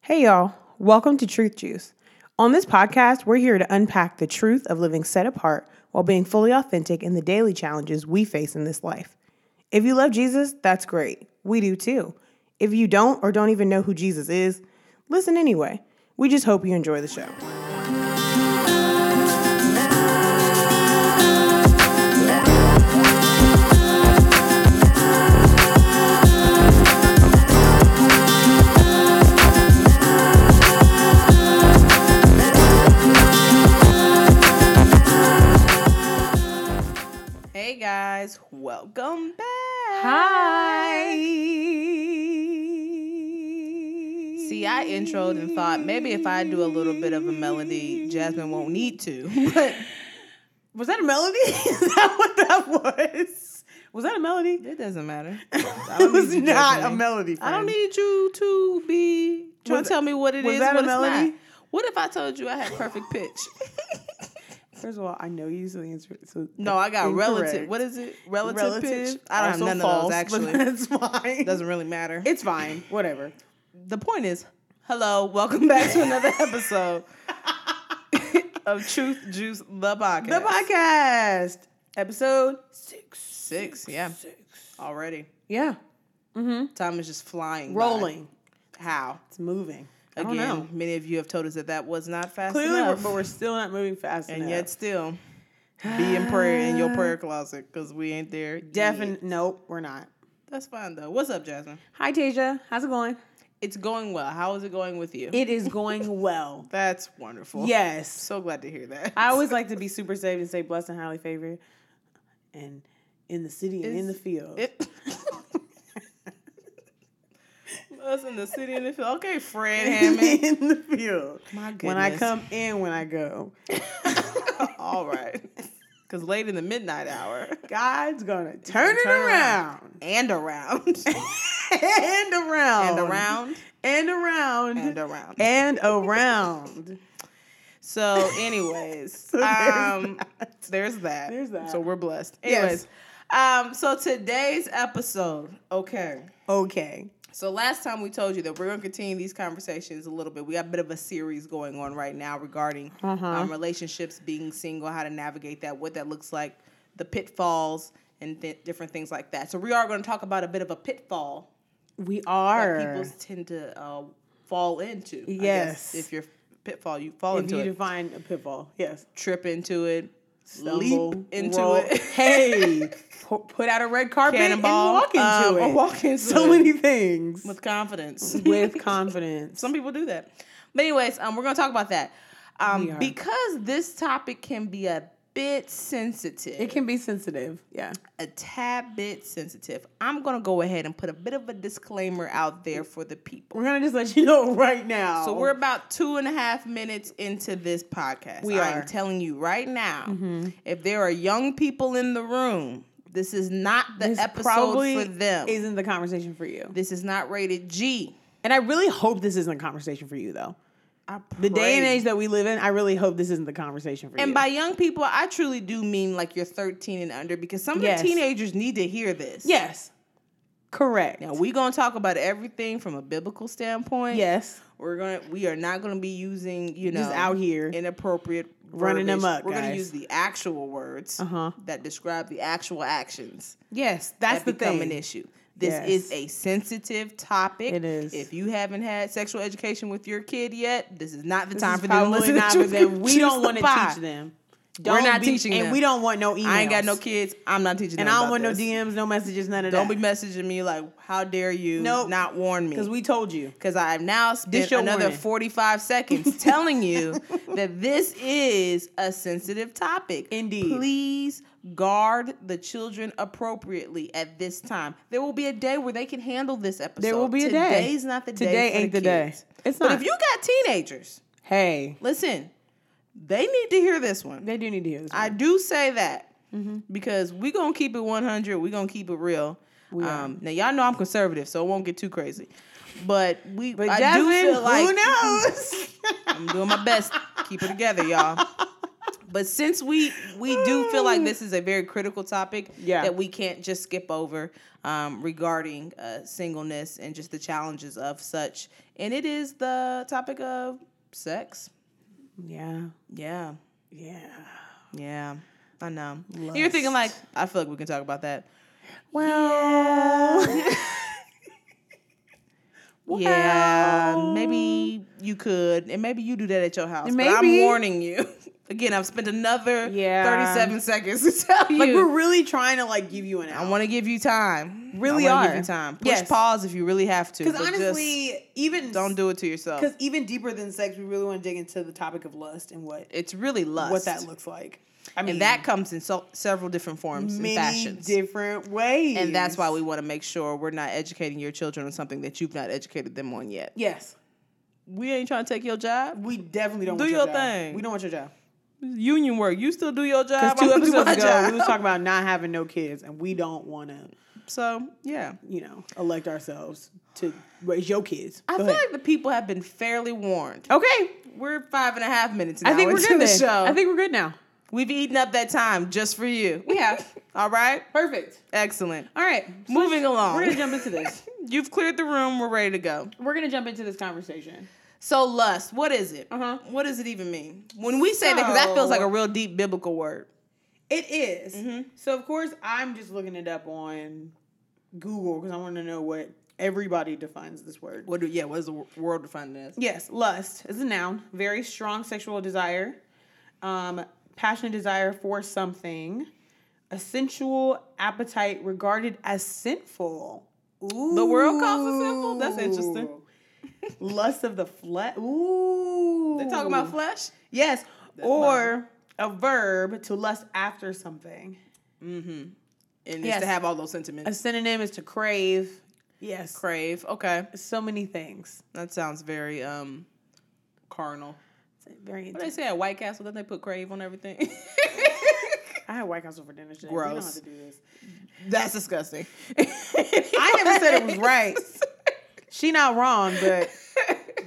Hey, y'all. Welcome to Truth Juice. On this podcast, we're here to unpack the truth of living set apart while being fully authentic in the daily challenges we face in this life. If you love Jesus, that's great. We do too. If you don't or don't even know who Jesus is, listen anyway. We just hope you enjoy the show. Hey guys, welcome back. Hi. See, See, I introed and thought maybe if I do a little bit of a melody, Jasmine won't need to. But Was that a melody? Is that what that was? Was that a melody? it doesn't matter. It was not a melody. I don't friend. need you to be trying Was- to tell me what it was is. that a what it's melody? Not. What if I told you I had perfect pitch? First of all, I know you used the answer. So No, I got relative. Incorrect. What is it? Relative, pitch. I I don't don't have none false, of those But actually. that's fine. Doesn't really matter. it's fine. Whatever. the point is, hello, welcome back to another episode of Truth Juice the podcast. The podcast episode six. Six, yeah. Already. Yeah, Time is just flying. by. rolling. How? It's moving. I don't know. Again, many of you have told us that that was not fast Clearly, we're, enough. but we're still not moving fast and enough. yet still, be in prayer in your prayer closet because we ain't there. yet. definitely, nope, we're not. That's fine though. What's up, Jasmine? Hi, Tasia. How's it going? It's going well. How is it going with you? It is going well. That's wonderful. yes. So glad to hear that. I always like to be super saved and say blessed and highly favored, and in the city and in the Is field. It- Us in the city and the field. Okay, Fred Hammond. in the field. My When I goodness. come in, when I go, All right. Because late in the midnight hour God's gonna turn it Turn around. and around and around and and around around and around. and around. So, anyways, So there's um, there's that. There's that. So we're blessed. Yes. Anyways, um, so today's episode. Okay. okay. So last time we told you that we're going to continue these conversations a little bit. We got a bit of a series going on right now regarding Uh-huh. um, relationships, being single, how to navigate that, what that looks like, the pitfalls, and th- different things like that. So we are going to talk about a bit of a pitfall We that are. people tend to uh, fall into. I guess. Yes. if you're pitfall, you fall If into you it define a pitfall, yes. trip into it, Stumble, leap into roll. it. hey, pu- put out a red carpet Cannonball, and walk into um, it. or walk into so it. many things with confidence. with confidence. Some people do that. But anyways, um, we're gonna talk about that. We Um, are. because this topic can be a bit sensitive, It can be sensitive. Yeah. a tad bit sensitive. I'm gonna go ahead and put a bit of a disclaimer out there for the people. We're gonna just let you know right now. So we're about two and a half minutes into this podcast. We I'm are. Mm-hmm. telling you right now, if there are young people in the room, this is not the This episode for them. Isn't the conversation for you? This is not rated G. And I really hope this isn't a conversation for you though. I The day and pray. age that we live in, I really hope this isn't the conversation for you. And by young people, I truly do mean like you're 13 and under because some of Yes. the teenagers need to hear this. yes, correct. Now we're gonna talk about everything from a biblical standpoint. yes, We're gonna we are not gonna be using, you know just out here. inappropriate Running them verbiage. up, We're gonna guys. use the actual words Uh-huh. that describe the actual actions yes, that's that the become thing. an issue. This Yes. is a sensitive topic. It is. If you haven't had sexual education with your kid yet, this is not the This time is for them to probably listen not to for them. Truth We don't Juice want to Pod. teach them. We're not teaching and them. we don't want no emails. I ain't got no kids. I'm not teaching. and them I don't about want this. no DMs, no messages, none of Don't be that. messaging me like, "How dare you Nope. not warn me?" Because we told you. because I have now This spent your another warning. 45 seconds telling you that this is a sensitive topic. Indeed. Please guard the children appropriately at this time. There will be a day where they can handle this episode. There will be a day. Today's not the day. Today for ain't the, the day. kids. It's But not. if you got teenagers, Hey, listen, they need to hear this one. they do need to hear this. I do say that because we gonna keep it one hundred. We gonna keep it real. are. um, now y'all know I'm conservative, so it won't get too crazy. But we, But I Jasmine, do feel like who knows? I'm doing my best. keep it together, y'all. But since we we do feel like this is a very critical topic Yeah. that we can't just skip over um, regarding uh, singleness and just the challenges of such, and it is the topic of sex. Yeah. Yeah, Yeah. yeah, I know. You're thinking like I feel like we can talk about that. Well. Yeah, maybe you could, and maybe you do that at your house. But I'm Maybe. warning you. Again, I've spent another Yeah. 37 seconds to tell you. Like we're really trying to like give you an I out. want to give you time. Really I wanna are. give you time. Push Yes. pause if you really have to. Because but just honestly, even don't do it to yourself. Because even deeper than sex, we really want to dig into the topic of lust and what It's really lust. what that looks like. I mean, and that comes in so, several different forms many and fashions. different ways, and that's why we want to make sure we're not educating your children on something that you've not educated them on yet. yes, We ain't trying to take your job. we definitely don't Do want your job. thing. We don't want your job. Union work. You still do your job. Because two I'm gonna do episodes my ago, job. we was talking about not having no kids, and we don't want to, so yeah. you know, elect ourselves to raise your kids. I Go feel ahead. like the people have been fairly warned. okay. We're five and a half minutes. Now I think we're into good. The then. show. I think we're good now. we've eaten up that time just for you. We have All right. perfect. Excellent. All right, Moving along. We're gonna jump into this. You've cleared the room. We're ready to go. we're gonna jump into this conversation. So lust, what is it? Uh-huh. What does it even mean? When we say that, because that feels like So- a real deep biblical word. It is. Mm-hmm. So of course I'm just looking it up on Google because I want to know what everybody defines this word. What do yeah? What is the wor- world defined as? Yes, lust is a noun. Very strong sexual desire, um, passionate desire for something, a sensual appetite regarded as sinful. Ooh. The world calls it sinful? That's interesting. Lust of the flesh. Ooh. They talking about flesh? Yes, or a verb to lust after something. And Yes. it's to have all those A sentiments. synonym is to crave. Yes. Crave. Okay, So many things. that sounds very um carnal. It's very What they say at White Castle? Don't they put crave on everything? I had White Castle for dinner today. We don't have Gross. to do this. That's disgusting. I I never said it was right. She not wrong, but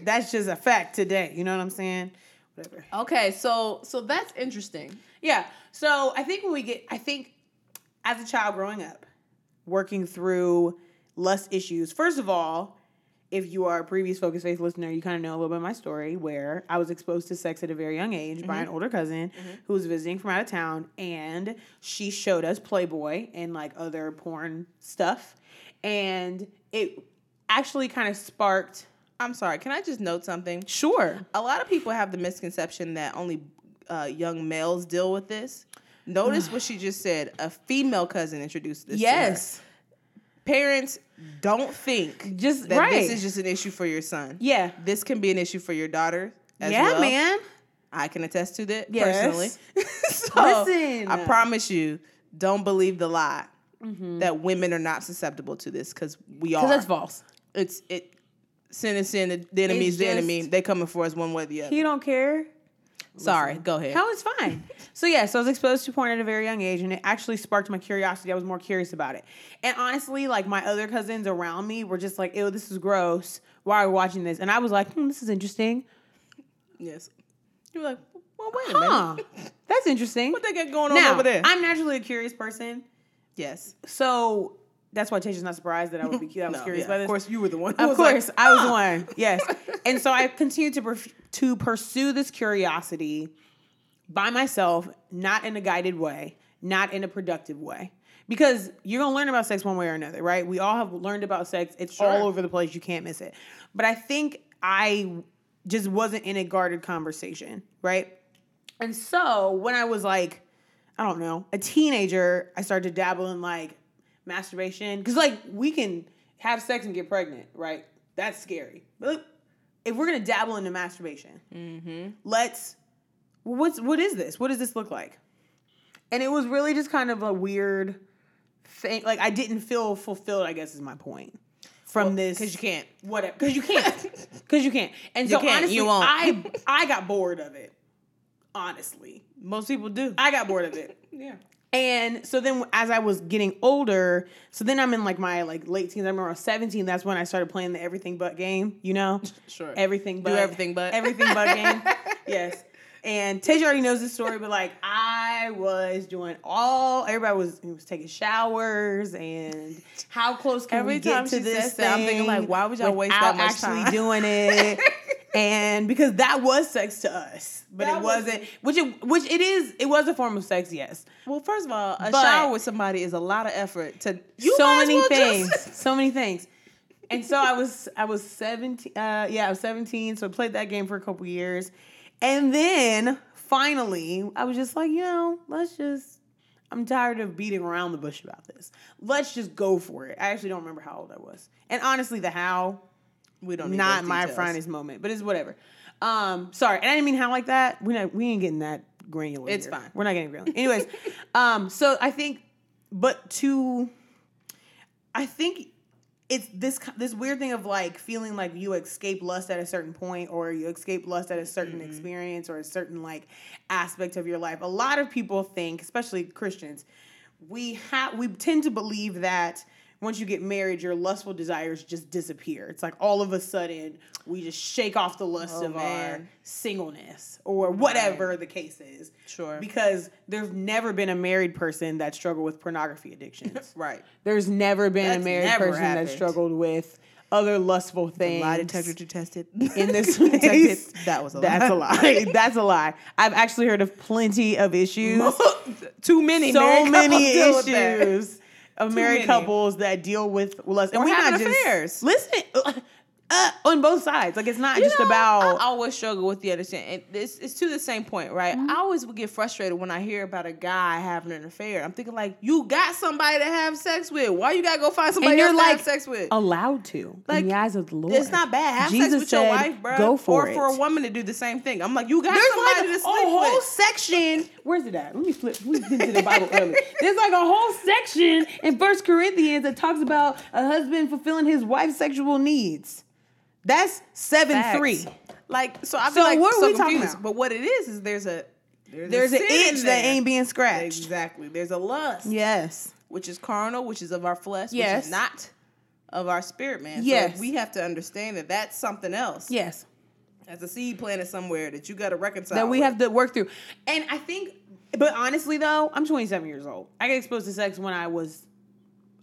that's just a fact today. You know what I'm saying? Whatever. Okay, so so that's interesting. Yeah. So I think when we get, I think as a child growing up, working through lust issues, first of all, if you are a previous Focus Faith listener, you kind of know a little bit of my story where I was exposed to sex at a very young age by an older cousin who was visiting from out of town. And she showed us Playboy and like other porn stuff. And it actually kind of sparked, I'm sorry. Can I just note something? sure. A lot of people have the misconception that only uh, young males deal with this. Notice what she just said. A female cousin introduced this. to her. Yes. Parents don't think Just- that right. this is just an issue for your son. Yeah. This can be an issue for your daughter as yeah, well. man. I can attest to that Yes. personally. so Listen. I promise you, don't believe the lie that women are not susceptible to this because we Because are. Mm-hmm. that's false. it's it sin is sin the- the enemy's It's the enemy just- they coming for us one way or the other He don't care. sorry go ahead No, Oh, it's fine. So yeah, so I was exposed to porn at a very young age, and it actually sparked my curiosity. I was more curious about it, and honestly, like my other cousins around me were just like, "Ew, this is gross. Why are we watching this?" And I was like, "Hmm, this is interesting. yes you're like well wait a Huh? minute That's interesting." what they got going on now, over there I'm naturally a curious person, yes so that's why Tasha's not surprised that I would be. that I was No, curious yeah, by this. of course you were the one who Of was like, course, I was "Ah." one. Yes, and so I continued to perf- to pursue this curiosity by myself, not in a guided way, not in a productive way, because you're gonna learn about sex one way or another, right? We all have learned about sex. It's all over the place. You can't miss it. But I think I just wasn't in a guarded conversation, right? And so when I was like, I don't know, a teenager, I started to dabble in like masturbation. Because like we can have sex and get pregnant, right? That's scary. But look, if we're gonna dabble into masturbation, Mm-hmm. let's what's what is this? What does this look like? And it was really just kind of a weird thing. Like I didn't feel fulfilled, I guess is my point. From this because you can't whatever because you can't because you can't and so can't, honestly you won't. i i got bored of it honestly most people do i got bored of it yeah and so then as i was getting older so then i'm in like my like late teens i remember i was 17 that's when i started playing the everything but game you know sure everything but everything but. everything but game yes And Tej already knows this story, but like I was doing all everybody was he was taking showers and how close can Every we get time to she this says that, I'm thing thinking, like, why would y'all waste without that much actually time? doing it? and because that was sex to us, but That it was- wasn't. Which it which it is. It was a form of sex, yes. Well, first of all, a But- shower with somebody is a lot of effort to so might as many well things, just- so many things. And so I was, I was seventeen. Uh, yeah, I was seventeen. So I played that game for a couple years, and then finally, I was just like, you know, let's just. I'm tired of beating around the bush about this. Let's just go for it. I actually don't remember how old I was, and honestly, the how we don't need not those my details. finest moment, but it's whatever. Um, sorry, and I didn't mean how like that. We not we ain't getting that granular. It's here. fine. We're not getting granular. Anyways, um, so I think, but to, I think it's this ki- this weird thing of like feeling like you escape lust at a certain point or you escape lust at a certain Mm-hmm. experience or a certain like aspect of your life. A lot of people think, especially Christians, we have we tend to believe that once you get married, your lustful desires just disappear. It's like all of a sudden we just shake off the lust Oh, of our man. singleness or whatever the case is. Sure. Because there's never been a married person that struggled with pornography addictions. Right. There's never been a That's married never person happened. that struggled with other lustful things. Lie detector to test it. in this Detected. space. That was a That's a lie. lie. That's a lie. I've actually heard of plenty of issues. Too many. so married many couples deal with that. issues of married many. couples that deal with lust, and Or we're not having just affairs. listen uh, on both sides. Like it's not You just know, about I always struggle with the other thing. And It's, it's to the same point, right? Mm-hmm. I always would get frustrated when I hear about a guy having an affair. I'm thinking like, you got somebody to have sex with. Why you gotta go find somebody you're else to like, have sex with? allowed to Like, in the eyes of the Lord. it's not bad. Have Jesus sex with your said, wife, bro. Go for or it. for a woman to do the same thing. I'm like, you got There's like somebody a to sleep whole with. section. Where's it at? Let me flip. We've been to the Bible early. There's like a whole section in First Corinthians that talks about a husband fulfilling his wife's sexual needs. That's seven Facts. three. Like, so I'm So like, what are so we talking confused. about? But what it is is there's a There's an sin in itch that there. ain't being scratched. exactly. There's a lust, Yes. which is carnal, which is of our flesh, which Yes. is not of our spirit, man. Yes. so we have to understand that that's something else. Yes. as a seed planted somewhere that you got to reconcile. that we with. have to work through. And I think, but honestly though, I'm 27 years old. I got exposed to sex when I was,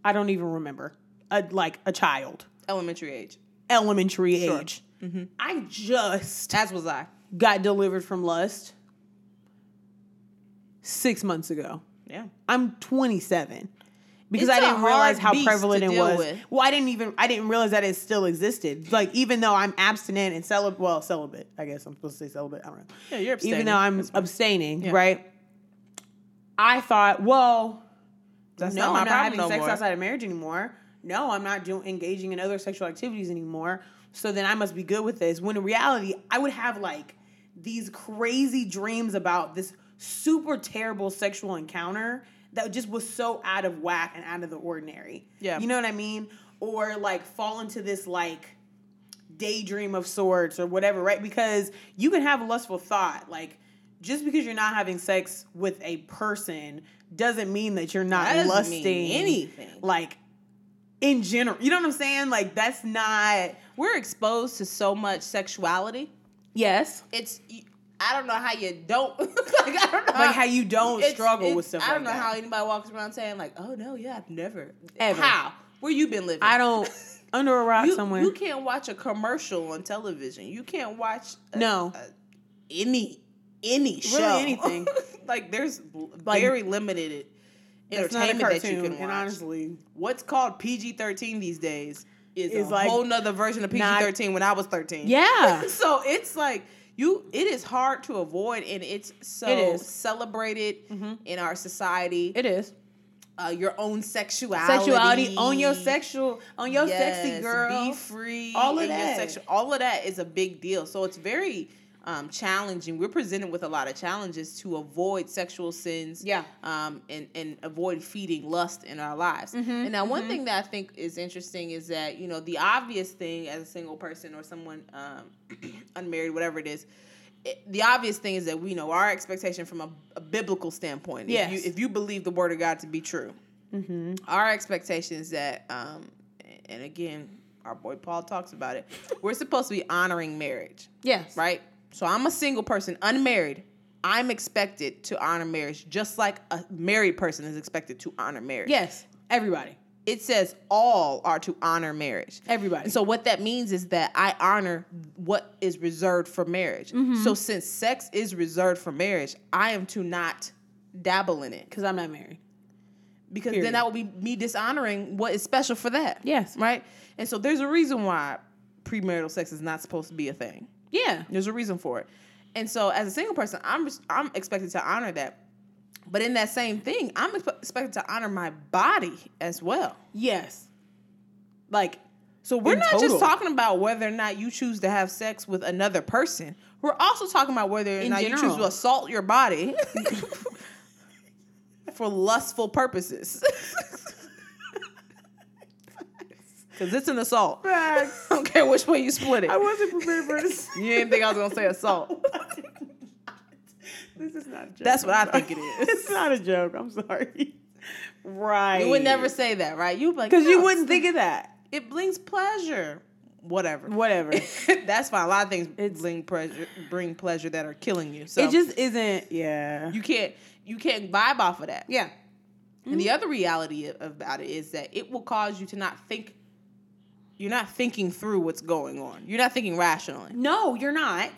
I don't even remember, a, like a child, elementary age. elementary age. Mm-hmm. I just As was I. got delivered from lust six months ago. Yeah. I'm 27 because It's I a didn't realize hard how beast prevalent to it deal was. with. Well, I didn't even I didn't realize that it still existed. Like even though I'm abstinent and celibate, well, celibate, I guess I'm supposed to say celibate. I don't know. Yeah, you're Even abstaining. though I'm That's abstaining, Yeah. right? I thought, well, That's no, not my I'm not problem having no sex more. outside of marriage anymore. No, I'm not doing engaging in other sexual activities anymore. So then I must be good with this. When in reality, I would have like these crazy dreams about this super terrible sexual encounter that just was so out of whack and out of the ordinary. Yeah. You know what I mean? Or like fall into this like daydream of sorts or whatever, right? Because you can have a lustful thought. Like just because you're not having sex with a person doesn't mean that you're not That doesn't lusting mean anything. Like in general, you know what I'm saying? Like that's not We're exposed to so much sexuality. yes, It's I don't know how you don't like I don't know like how you don't it's- struggle it's- with stuff. I don't like know that. how anybody walks around saying like, "Oh no, yeah, I've never Ever. How? Where you been living? I don't under a rock you, somewhere. You can't watch a commercial on television. You can't watch a- No. a- any any show anything. like there's l- Like, very limited it's not a entertainment cartoon, that you can watch. and honestly, What's called PG thirteen these days is Is a like whole nother version of PG not- thirteen when I was thirteen. yeah, so it's like you it is hard to avoid and it's so It is. Mm-hmm. celebrated in our society. it is. uh, your own sexuality. Sexuality on your sexual, on your sexy Yes, girl. Be free. All of in your that. sexual- all of that is a big deal. So it's very um, challenging. We're presented with a lot of challenges to avoid sexual sins. Yeah. Um, and, and avoid feeding lust in our lives. Mm-hmm, And now, one thing that I think is interesting is that, you know, the obvious thing as a single person or someone um, unmarried, whatever it is, it, the obvious thing is that we know our expectation from a, a biblical standpoint. Yes. Mm-hmm. If you, if you believe the word of God to be true, our expectation is that, um, and again, our boy Paul talks about it, we're supposed to be honoring marriage, yes, right? So I'm a single person, unmarried. I'm expected to honor marriage just like a married person is expected to honor marriage. Yes, everybody. It says all are to honor marriage. Everybody. And so what that means is that I honor what is reserved for marriage. Mm-hmm. So since sex is reserved for marriage, I am to not dabble in it Because I'm not married. because Period. then that would be me dishonoring what is special for that. Yes. Right? And so there's a reason why premarital sex is not supposed to be a thing. Yeah. There's a reason for it. And so as a single person, I'm I'm expected to honor that. But in that same thing, I'm expe- expected to honor my body as well. Yes. Like, So we're In not total. just talking about whether or not you choose to have sex with another person. We're also talking about whether or In not you choose general. to assault your body for lustful purposes. Because it's an assault. I don't care which way you split it. wasn't prepared for this. You didn't think I was gonna say assault. this is not a joke. That's what I think it is. it's not a joke. I'm sorry. right. You would never say that, right? You'd be like, Because you "No, wouldn't think of that. It brings pleasure. Whatever. Whatever. That's fine. A lot of things It's- bring pleasure, bring pleasure that are killing you. So It just isn't. Yeah. you can't you can't vibe off of that. yeah. Mm-hmm. And the other reality of- about it is that it will cause you to not think. You're not thinking through what's going on. You're not thinking rationally. No, you're not.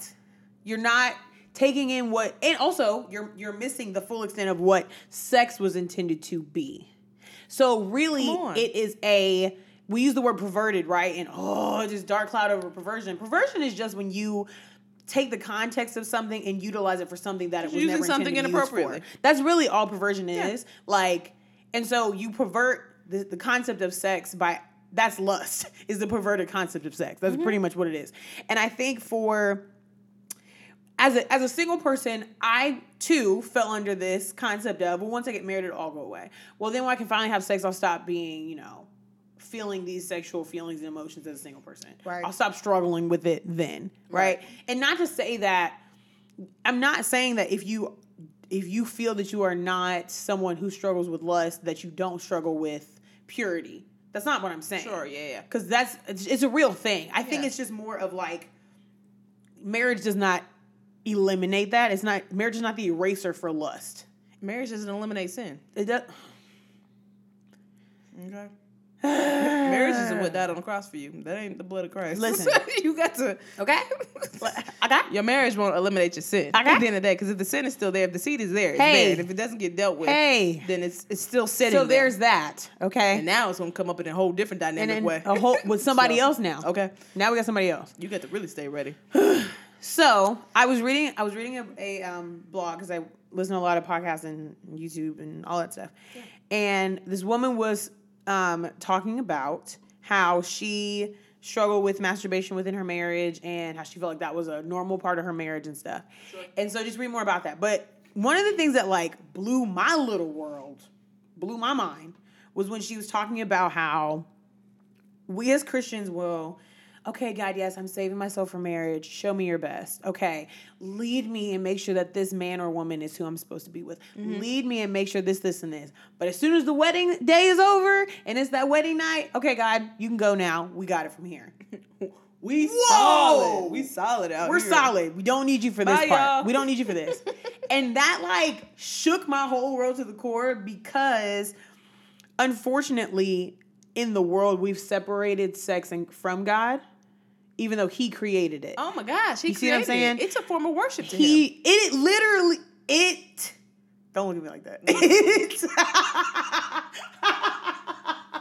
You're not taking in what, and also you're you're missing the full extent of what sex was intended to be. So really, Come on. it is a we use the word perverted, right? And oh, just dark cloud over perversion. Perversion is just when you take the context of something and utilize it for something that it was using never something something inappropriately. inappropriate. That's really all perversion is. Like, and so you pervert the, the concept of sex by that's lust is the perverted concept of sex. Mm-hmm. That's pretty much what it is. And I think for as a, as a single person, I too fell under this concept of, well, once I get married, it'll all go away. Well, then when I can finally have sex, I'll stop being, you know, feeling these sexual feelings and emotions as a single person. Right. I'll stop struggling with it then. Right. Right. And not to say that, I'm not saying that if you if you feel that you are not someone who struggles with lust, that you don't struggle with purity. That's not what I'm saying Sure, yeah, yeah. because that's it's, it's a real thing. I think Yeah. it's just more of like marriage does not eliminate that. It's not marriage is not the eraser for lust. Marriage doesn't eliminate sin. It does. Okay. Marriage isn't what died on the cross for you. That ain't the blood of Christ. Listen. you got to. Okay. I got. Your marriage won't eliminate your sin Okay. at the end of the day, because if the sin is still there, if the seed is there, it's Hey. there. And if it doesn't get dealt with, Hey. then it's it's still sitting. So there. there's that. Okay. and now it's gonna come up in a whole different And dynamic then oh. way. a whole with somebody So, else now. Okay, Now we got somebody else. you got to really stay ready. So I was reading. I was reading a, a um, blog because I listen to a lot of podcasts and YouTube and all that stuff. And this woman was um, talking about how she struggled with masturbation within her marriage and how she felt like that was a normal part of her marriage and stuff. And so just read more about that. But one of the things that like blew my little world, blew my mind, was when she was talking about how we as Christians will, okay, God, yes, I'm saving myself for marriage. Show me your best. Okay, lead me and make sure that this man or woman is who I'm supposed to be with. Lead me and make sure this, this, and this. But as soon as the wedding day is over and it's that wedding night, okay, God, you can go now. We got it from here. We Whoa! solid. We solid out We're here. solid. We don't need you for this Bye, part. y'all. We don't need you for this. and that like shook my whole world to the core because unfortunately in the world we've separated sex and from God even though he created it. Oh my gosh, he see what I'm created saying? it. It's a form of worship to he him. it, it literally it don't look at me like that.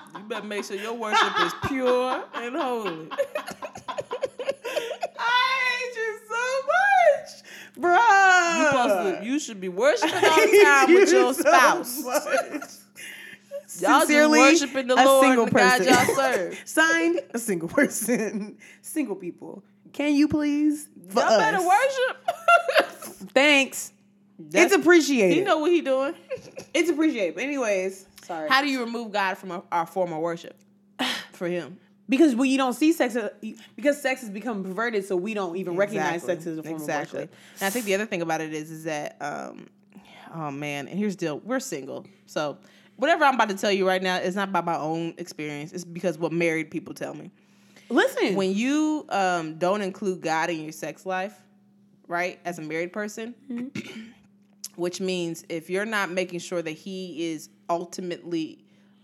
It- You better make sure your worship is pure and holy. Uh, I hate you so much. Bruh. You supposed to, you should be worshiping all the time with your spouse. Y'all just Sincerely, worshiping the a Lord single and the God person. y'all serve. Signed, a single person. Single people. Can you please? For y'all us. better worship. Thanks. That's- it's appreciated. he know what he doing. it's appreciated. But anyways, sorry. How do you remove God from our, our form of worship? For him. because when you don't see sex, uh, you- because sex has become perverted, so we don't even recognize sex as a form exactly. of worship. And I think the other thing about it is, is that, um, oh man, and here's the deal: we're single, so whatever I'm about to tell you right now is not by my own experience. It's because what married people tell me. Listen, When you um, don't include God in your sex life, right? As a married person, Mm-hmm. which means if you're not making sure that he is ultimately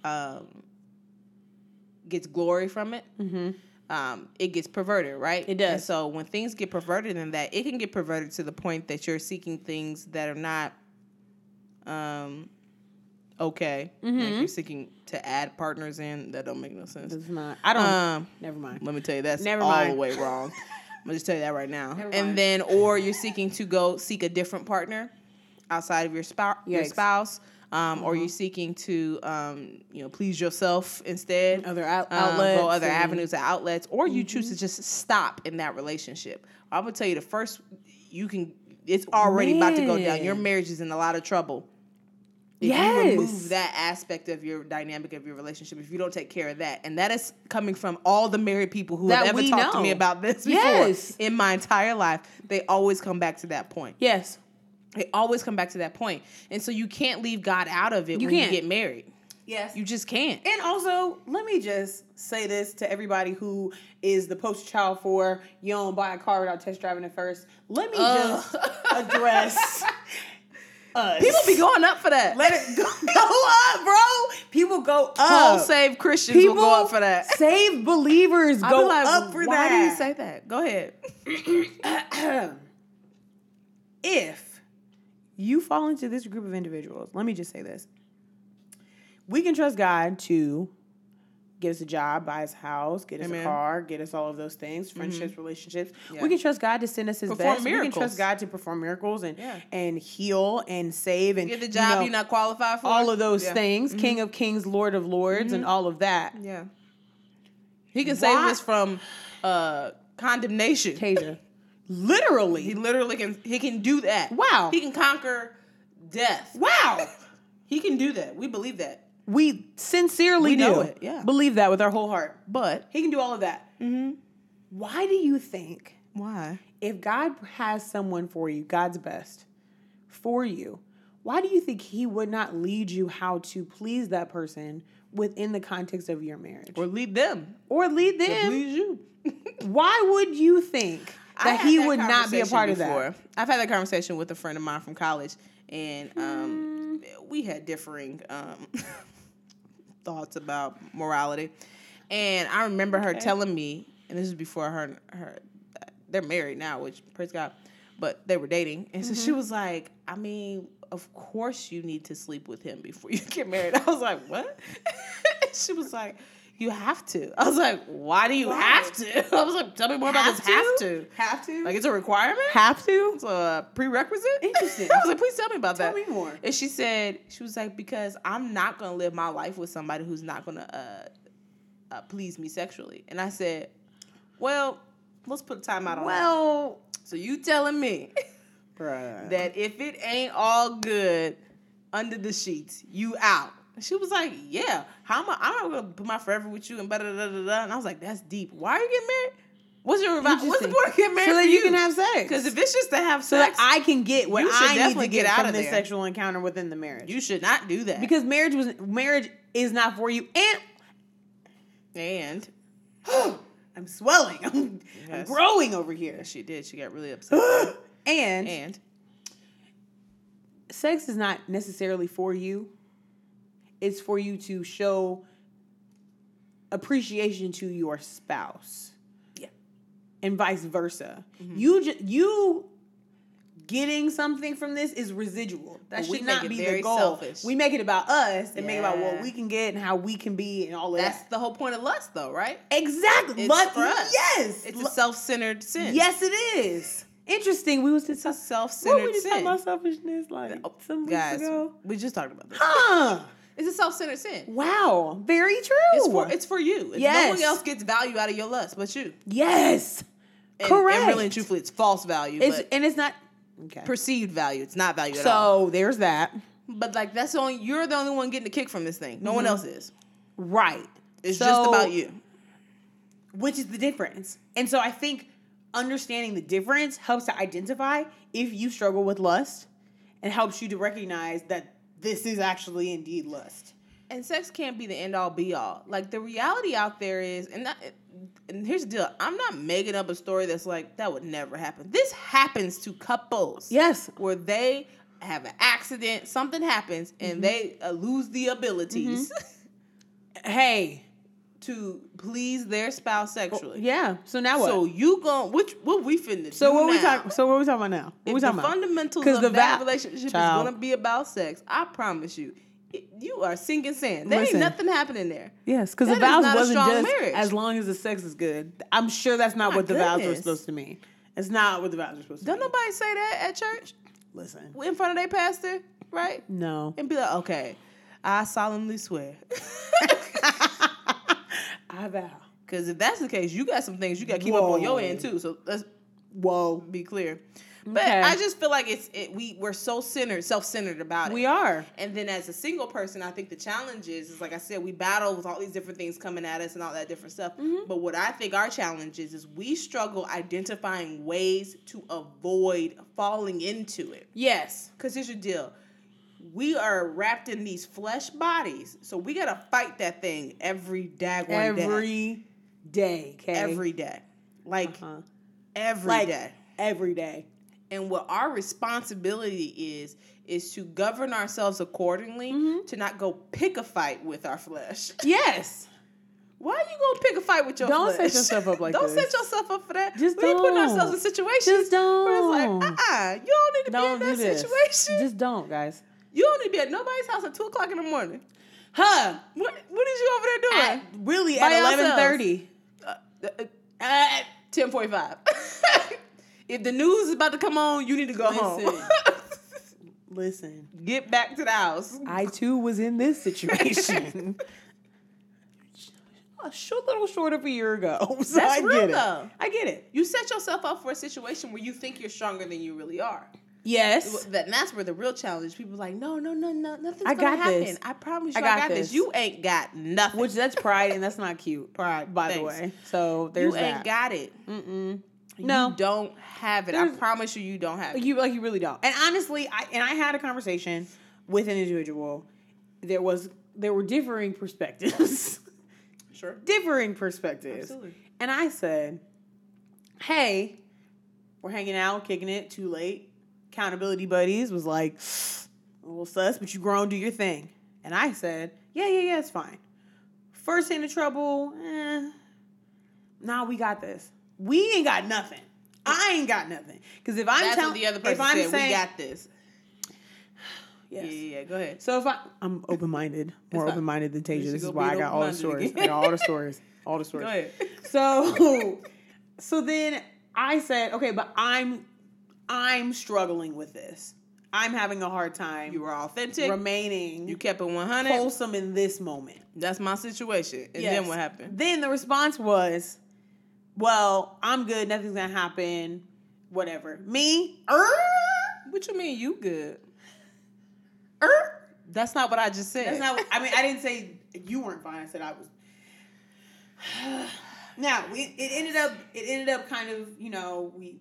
um, gets glory from it, um, it gets perverted, right? Mm-hmm. It does. And so when things get perverted in that, it can get perverted to the point that you're seeking things that are not um, okay. Like Mm-hmm. you're seeking to add partners in that don't make no sense. It's not. I don't. Um, never mind. let me tell you, that's Never all the mind. way wrong. I'm gonna just tell you that right now. mind. And then, or you're seeking to go seek a different partner outside of your, spou- your Yikes. Mm-hmm. spouse, um, or you're seeking to, um, you know, please yourself instead. Other out- Um, outlets go other and- Mm-hmm. avenues and outlets, or you choose to just stop in that relationship. I'm gonna tell you, the first you can, it's already about to go down. Your Man. marriage is in a lot of trouble. If you remove that aspect of your dynamic of your relationship, if you don't take care of that, and that is coming from all the married people who That have ever we talked to me know. about this before Yes. in my entire life, they always come back to that point. Yes. They always come back to that point. And so you can't leave God out of it You when can't. you get married. Yes. You just can't. And also, let me just say this to everybody who is the poster child for you don't buy a car without test driving it first. Let me just address us. People be going up for that. let it go, go up, bro. People go Whole up. saved Christians People will go up for that. Save believers I be go like, up for why that. do you say that? Go ahead. if you fall into this group of individuals, let me just say this. We can trust God to get us a job, buy us a house, get us Amen. Mm-hmm. a car, get us all of those things, friendships, relationships. Yeah. We can trust God to send us his Perform best. We can miracles. trust God to perform miracles and Yeah. and heal and save and Get the you job know, you're not qualified for. all of those Yeah. Mm-hmm. things, King of Kings, Lord of Lords, and all of that. Yeah. He can save Why- us from uh, condemnation. Tasia, He literally, literally can. He can do that. Wow. He can conquer death. wow, He can do that. We believe that. we sincerely We do. know it, yeah. believe that with our whole heart. But He can do all of that. Mm-hmm. Why do you think why? if God has someone for you, God's best for you, why do you think He would not lead you how to please that person within the context of your marriage Or lead them. or lead them? Please you. Why would you think I that had He would not be a conversation part before. of that? I've had that conversation with a friend of mine from college, and um, Mm. we had differing um, thoughts about morality. And I remember her telling me, and this is before her her they're married now, which praise God, but they were dating, and so she Mm-hmm. was like, I mean. Of course, you need to sleep with him before you get married. I was like, "What?" she was like, "You have to." I was like, "Why do you have to?" I was like, "Tell me more about this have to." Have to? Like it's a requirement? have to? It's a prerequisite? Interesting. I was like, please tell me about Tell that. me more. And she said, she was like, because I'm not gonna live my life with somebody who's not gonna uh, uh, please me sexually. And I said, well, let's put a time out on that. Well, So you telling me bruh. that if it ain't all good under the sheets, you out. And She was like, "Yeah, how am I? I'm not gonna put my forever with you." And da da da da. da. And I was like, "That's deep. Why are you getting married? What's your revi- What's the Interesting. point of getting married So that for you can have sex. Because if it's just to have so that sex, I can get what You should I need definitely to get get, out out of from this there. sexual encounter within the marriage. you should not do that. because marriage was marriage is not for you and and i'm swelling i'm, Yes. I'm growing over here she did. She got really upset. and, and sex is not necessarily for you it's for you to show appreciation to your spouse Yeah. Mm-hmm. and vice versa you ju- you getting something from this is residual that But we should make not it be very the goal selfish. we make it about us and make it about Yeah. what we can get and how we can be and all of that's that the whole point of lust, though, right? exactly It's Love- for us. yes It's Lo- a self-centered sin. Yes, it is. Interesting. We was it's a discussing self-centered sin. selfishness like some Guys, we just talked about this. Huh. It's a self-centered sin. Uh, Wow. Very true. It's for it's for you. It's- No one Yes. else gets value out of your lust but you. yes. And, Correct. And really and truthfully, it's false value. It's but and it's not okay. perceived value. It's not value at all. so there's that. But like that's the only you're the only one getting the kick from this thing. No one else is. Right. It's Mm-hmm. So- just about you. Which is the difference. And so I think understanding the difference helps to identify if you struggle with lust and helps you to recognize that this is actually indeed lust. And sex can't be the end all be all. Like the reality out there is, and that, and here's the deal: I'm not making up a story that's like that would never happen. This happens to couples. Yes. where they have an accident, something happens, Mm-hmm. and they uh, lose the abilities Hey. to please their spouse sexually. Yeah. So now what? So So, you gon' which what we finna do? what we now? talking? So what we talking about now? What If we the talking about? fundamentals 'Cause of the that va- relationship Child. is gonna be about sex. I promise you, It- you are sinking sand. There Listen. ain't nothing happening there. Yes, because the That is vows not a wasn't strong just marriage. as long as the sex is good. I'm sure that's not My what the vows were goodness. supposed to mean. It's not what the vows were supposed to Don't mean. nobody say that at church Listen. in front of their pastor, right? No. And be like, okay, I solemnly swear. I vow. Because if that's the case, you got some things you got to keep up on your end too. So let's Whoa. be clear. But Okay. I just feel like it's it, we we're so centered, self centered about it. We are. And then as a single person, I think the challenge is, is like I said, we battle with all these different things coming at us and all that different stuff. Mm-hmm. But what I think our challenge is, is we struggle identifying ways to avoid falling into it. Yes. Because here's your deal. We are wrapped in these flesh bodies. So we got to fight that thing every daggone day. Every day. Okay. Every day. Like every day. Uh-huh. Like- Every day. And what our responsibility is, is to govern ourselves accordingly Mm-hmm. to not go pick a fight with our flesh. Yes. Why are you going to pick a fight with your Don't flesh? set yourself up like Don't this. set yourself up for that. Just we ain't putting ourselves in don't. situations Just where it's like, don't. uh-uh, you don't need to Don't be do in that this. situation. Just don't, guys. you don't need to be at nobody's house at 2 o'clock in the morning. Huh? What what is you over there At, doing? really? By at yourselves. eleven thirty? Uh, uh, at ten forty five. if the news is about to come on, you need to go home. Listen, Get back to the house. I too was in this situation. a short, little short of a year ago. So I That's real, get though. it. I get it. You set yourself up for a situation where you think you're stronger than you really are. Yes. That, and that's where the real challenge. People like, no, no, no, no, nothing's I gonna got happen. this. I promise you, I got, this. You ain't got nothing. Which that's pride, and that's not cute. Pride, by the Thanks. way. So there's you that. ain't got it. Mm-mm. No, You don't have it. I There's- promise you, you don't have it. Like you like you really don't. And honestly, I and I had a conversation with an individual. There was there were differing perspectives. sure. differing perspectives. Absolutely. And I said, Hey, we're hanging out, kicking it, too late. Accountability buddies was like, a little sus, but you grown, do your thing. And I said, Yeah, yeah, yeah, it's fine. First into trouble, eh. Nah, we got this. We ain't got nothing. I ain't got nothing. Because if I'm That's telling what the other person if I'm said. saying, we got this. yes. Yeah, yeah, yeah. Go ahead. So if I, I'm open minded, more fine. open minded than Tasia. should This go is why I be got all the stories. open-minded I got all the stories. All the stories. Go ahead. So, so then I said, okay, but I'm, I'm struggling with this. I'm having a hard time You were authentic. remaining you kept it one hundred. wholesome in this moment. That's my situation. And Yes. then what happened? Then the response was, well, I'm good. Nothing's gonna happen. Whatever. Me, er, What you mean you good? er. That's not what I just said. That's not. What, I mean, I didn't say you weren't fine. I said I was. now we it ended up it ended up kind of you know we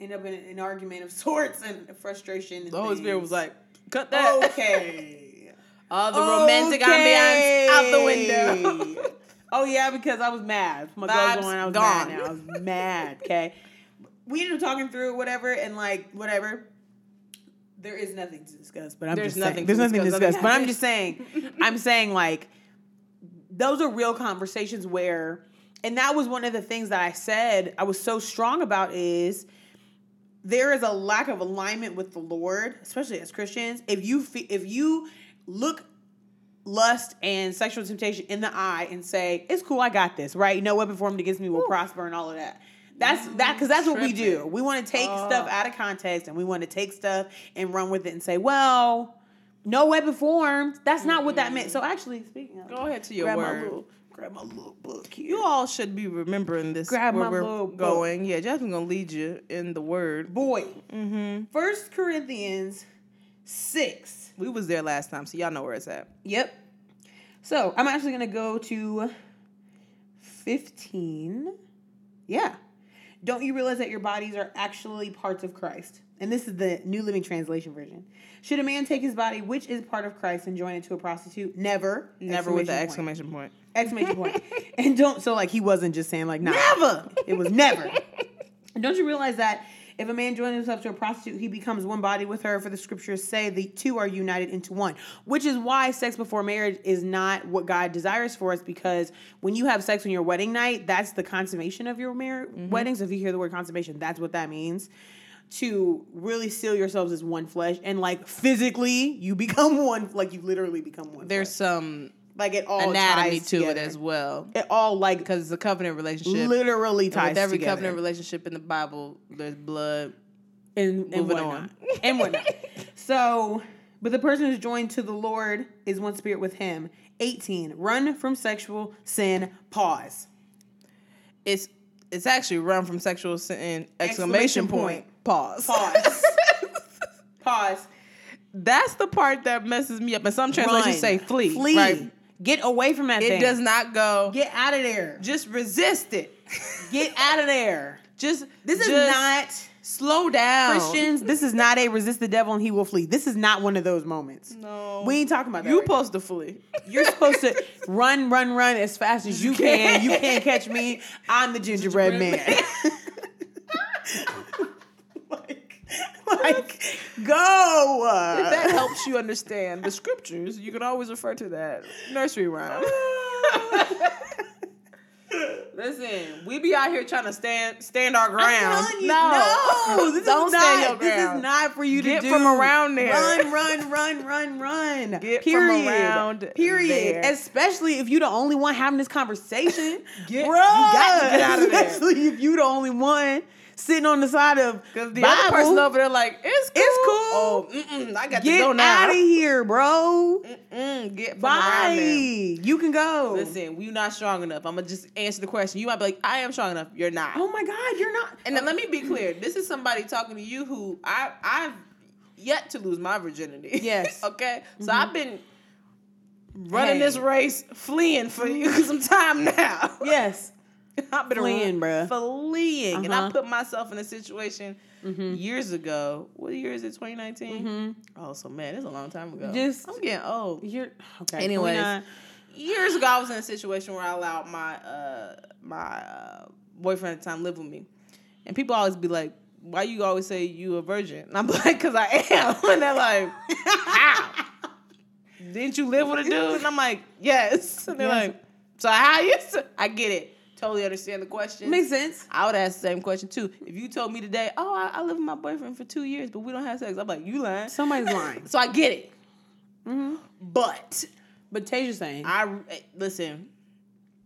ended up in an argument of sorts and frustration. And the Holy Spirit was things. like, cut that. okay, All the romantic ambiance out the window. Okay. oh yeah, because I was mad. My Vibes girls going, I was gone. mad. Now. I was mad. Okay, we ended up talking through it, whatever, and like whatever. There is nothing to discuss, but I'm There's just saying- nothing to There's nothing to discuss. discuss, but I'm Nothing just saying. I'm saying like those are real conversations where, and that was one of the things that I said I was so strong about is there is a lack of alignment with the Lord, especially as Christians. If you fe- if you look lust and sexual temptation in the eye and say, "It's cool, I got this," right? No weapon formed against me will prosper, and all of that. That's that because that's what we do. tripping. We want to take Oh. stuff out of context and we want to take stuff and run with it and say, "Well, no weapon formed." That's not what that meant. So actually, speaking of, Mm-hmm. Go ahead to your grab word. my little grab my little book here. You all should be remembering this. Grab where my we're little book. going. Yeah, Justin's gonna lead you in the word. boy, Mm-hmm. First Corinthians six. We was there last time, so y'all know where it's at. Yep. So I'm actually going to go to 15. Yeah. Don't you realize that your bodies are actually parts of Christ? And this is the New Living Translation version. Should a man take his body, which is part of Christ, and join it to a prostitute? Never. Never with the point. exclamation point. Exclamation point. And don't so like he wasn't just saying like nah. Never. It was never. And don't you realize that if a man joins himself to a prostitute, he becomes one body with her, for the scriptures say the two are united into one. Which is why sex before marriage is not what God desires for us, because when you have sex on your wedding night, that's the consummation of your marriage Mm-hmm. wedding. So if you hear the word consummation, that's what that means. To really seal yourselves as one flesh and like physically you become one like you literally become one. There's some flesh. like it all anatomy ties to it together. as well It all like because it's a covenant relationship. literally And ties with every together. covenant relationship in the Bible, there's blood. and, and Moving whatnot. on. and whatnot. So, but the person who's joined to the Lord is one spirit with Him. Eighteen. Run from sexual sin. Pause. It's it's actually run from sexual sin exclamation, Exclamation point. Pause. Pause. Pause. That's the part that messes me up. And some translations Run. say flee. Flee. right? Get away from that It thing. does not go. Get out of there. just resist it. Get out of there. Just This is just not slow down. Christians. This is not a resist the devil and he will flee. This is not one of those moments. No. We ain't talking about that. you right now. supposed to flee. You're supposed to run, run, run as fast as you can. You can't catch me. I'm the gingerbread, man. like, like, go. If that helps you understand the scriptures, you can always refer to that nursery rhyme. Listen, we be out here trying to stand stand our ground. telling you, no, this don't is stand not. your This is ground. not for you Get to do. from around there. Run, run, run, run, run. Get from Period. around Period. there. Especially if you the only one having this conversation. Get- Bruh. you got to get out of there. Especially if you the only one sitting on the side of Because the Bible. other person over there like, it's cool. It's Oh, mm-mm, I got to go Get now. out of here, bro. Mm-mm, get from around there. Bye. You can go. Listen, we not strong enough. I'm going to just answer the question. You might be like, I am strong enough. You're not. Oh my God, you're not. And then let me be clear. This is somebody talking to you who I I've yet to lose my virginity. Yes. Mm-hmm. okay. So I've been running Hey. this race, fleeing for you some time now. Yes. I've been Fleeing, bruh. Fleeing, and I Uh-huh. Mm-hmm. put myself in a situation years ago. What year is it? 2019. Oh, so man, it's a long time ago. Just- I'm getting old. You're okay. Anyways. we're not- years ago, I was in a situation where I allowed my uh, my uh, boyfriend at the time live with me, and people always be like, "Why you always say you a virgin?" And I'm like, "Cause I am." And they're like, "How? Didn't you live with a dude?" And I'm like, "Yes." And they're Yes. like, "So how you?" s-" I get it. Totally understand the question. Makes sense. I would ask the same question too. If you told me today, "Oh, I, I live with my boyfriend for two years, but we don't have sex," I'm like, "You lying." Somebody's lying. So I get it. Mm-hmm. But But Tasia's saying I eh, listen.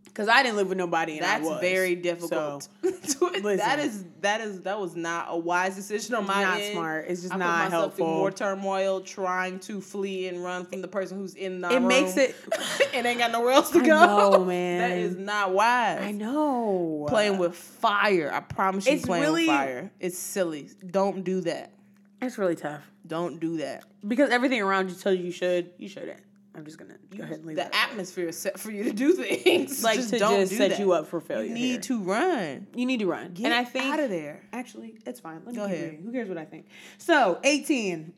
because I didn't live with nobody. And I That's was. very difficult. So, To- listen. that is that is that was not a wise decision on my not end. smart. It's just I not put myself helpful. through more turmoil trying to flee and run from the person who's in the It makes it- and ain't got nowhere else to I go. know, man. that is not wise. I know. Playing with fire. I promise you, It's playing really- with fire. It's silly. Don't do that. It's really tough Don't do that. because everything around you tells you you should. You shouldn't. I'm just gonna go ahead and leave The that. atmosphere is set for you to do things. Like just to don't just do set that. you up for failure. You here. need to run. You need to run. Get and I think out of there. Actually, it's fine. Let me Go keep ahead. reading. Who cares what I think? So, 18.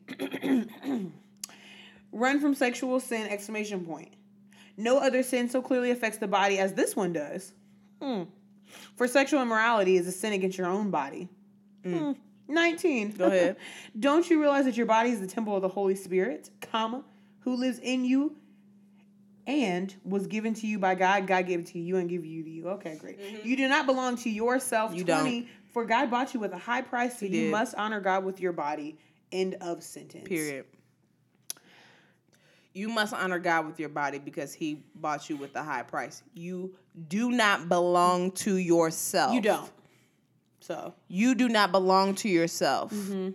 Run from sexual sin exclamation point. No other sin so clearly affects the body as this one does. Hmm. For sexual immorality is a sin against your own body. Hmm. 19. Go ahead. Don't you realize that your body is the temple of the Holy Spirit, comma, who lives in you and was given to you by God. God gave it to you. You didn't give you to you. Okay, great. You do not belong to yourself. Mm-hmm. You 20, For God bought you with a high price, so you did. must honor God with your body. End of sentence. Period. You must honor God with your body because He bought you with a high price. You do not belong to yourself. You don't. So You do not belong to yourself. I You